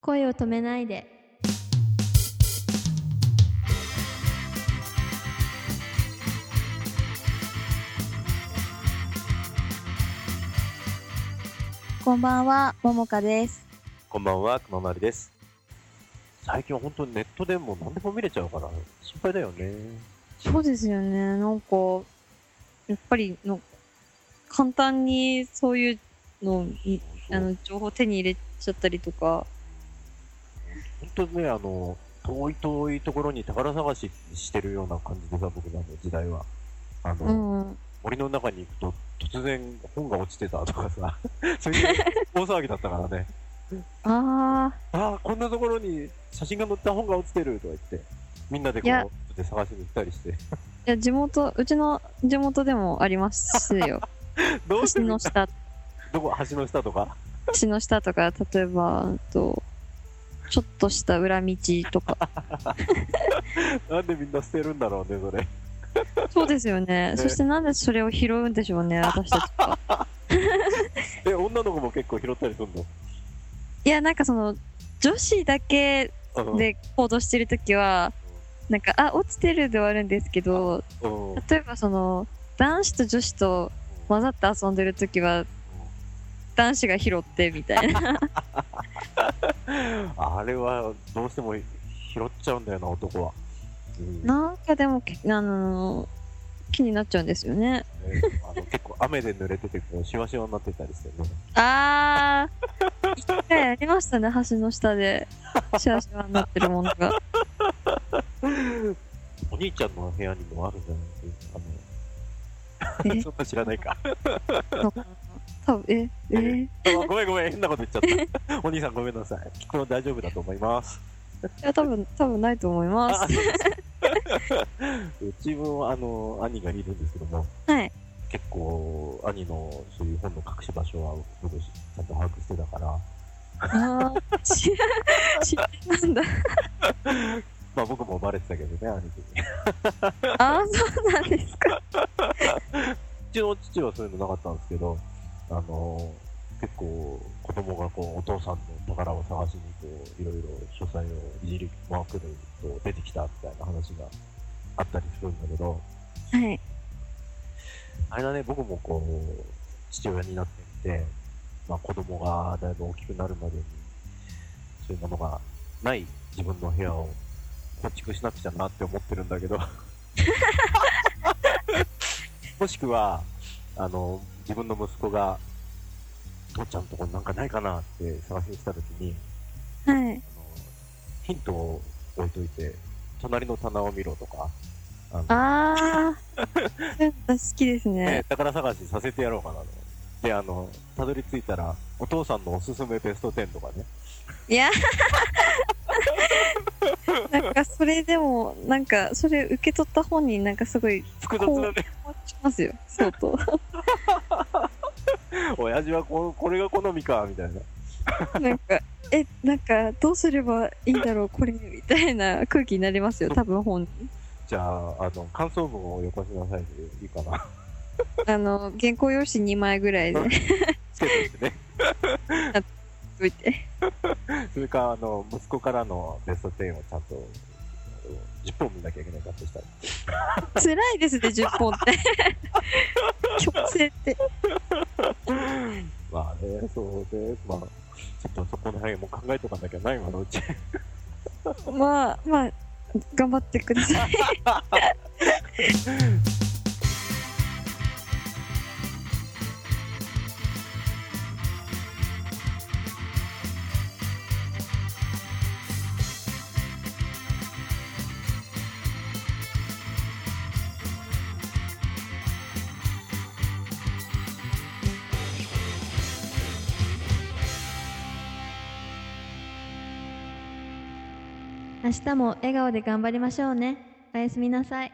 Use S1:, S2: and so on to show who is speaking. S1: 声を止めないで。
S2: こんばんは、ももかです。
S3: こんばんは、くままるです。最近は本当にネットでも何でも見れちゃうから、心配だよね。
S2: そうですよね。なんか、やっぱりの、簡単にそういうのに、あの、情報手に入れちゃったりとか、
S3: 本当ね、あの、遠い遠いところに宝探ししてるような感じでさ、僕らの時代は。あの、
S2: うん。
S3: 森の中に行くと突然本が落ちてたとか さ、そういう大騒ぎだったからね。
S2: あ
S3: ああ、こんなところに写真が載った本が落ちてるとか言って、みんなでこ
S2: いや
S3: う、で探しに行ったりし
S2: ー、
S3: て。
S2: いや、地元、うちの地元でもあります よ。
S3: どうして
S2: 橋の下、
S3: どこ、橋の下とか。
S2: 橋の下とか、例えば、あと、ちょっとした裏道とか。
S3: なんでみんな捨てるんだろうね、それ。
S2: そうですよね。そしてなんでそれを拾うんでしょうね、私たちは。
S3: え、女の子も結構拾ったりするの
S2: いや、なんかその、女子だけ
S3: うん
S2: で行動してるときは、なんか、あ、落ちてるで終わるんですけど、
S3: うん
S2: 例えばその、男子と女子と混ざって遊んでるときは、男子が拾ってみたいな。
S3: あれはどうしても拾っちゃうんだよな、男は。うん
S2: なんかでもけ、あのー気になっちゃうんですよね。
S3: ねあの結構雨で濡れてて、こうシワシワになってたりしてね。
S2: あー、一回やりましたね、橋の下で。シャワシャワになってるものが。
S3: お兄ちゃんの部屋にもあるじゃないですか。あの
S2: え
S3: そんな知らないか。
S2: なんか多分え、えー
S3: あごめんごめん、変なこと言っちゃった。お兄さんごめんなさい。きっと大丈夫だと思います。
S2: いや、多分、多分ないと思います。
S3: うちもあの兄がいるんですけども、
S2: はい。
S3: 結構兄のそういう本の隠し場所は僕ちゃんと把握してたから、
S2: あ ー、知ら、知らなんだ。
S3: まあ僕もバレてたけどね、兄貴に。
S2: あー、そうなんですか。
S3: うちの父はそういうのなかったんですけど、あの結構子供がこうお父さんの宝を探しにこういろいろ書斎をいじり回ってると出てきたみたいな話があったりするんだけど、
S2: はい。
S3: あれだね、僕もこう父親になってみて、まあ、子供がだいぶ大きくなるまでにそういうものがない自分の部屋を構築しなくちゃなって思ってるんだけどもしくはあの自分の息子が父ちゃんとこなんかないかなって探しに来た時に
S2: はい。
S3: あのヒントを置いといて隣の棚を見ろとかあの
S2: ああ、そういうの好きですね。
S3: ね宝探しさせてやろうかなと。で、あの、たどり着いたら、お父さんのおすすめベスト10とかね。
S2: いや、なんかそれでも、なんかそれ受け取った本人、なんかすごい、
S3: 複雑だね。
S2: 思っちゃいますよ、相 当。
S3: 親父はここれが好みか、みたいな。
S2: なんか、え、なんかどうすればいいんだろう、これ、みたいな空気になりますよ、多分本人。
S3: じゃあ、あの、感想文をよこしなさいでいいかな。
S2: あの、原稿用紙2枚ぐらいで
S3: うんつけていてね。
S2: 置いて。
S3: それか、あの、息子からのベスト10をちゃんと、10本見なきゃいけないかとしたら。
S2: 辛いですね、10本 って。強制って。
S3: まあね、そうね。まあ、ちょっとそこの辺も考えとかなきゃない、今のうち。
S2: まあ、まあ、頑張ってください。
S1: 明日も笑顔で頑張りましょうね。おやすみなさい。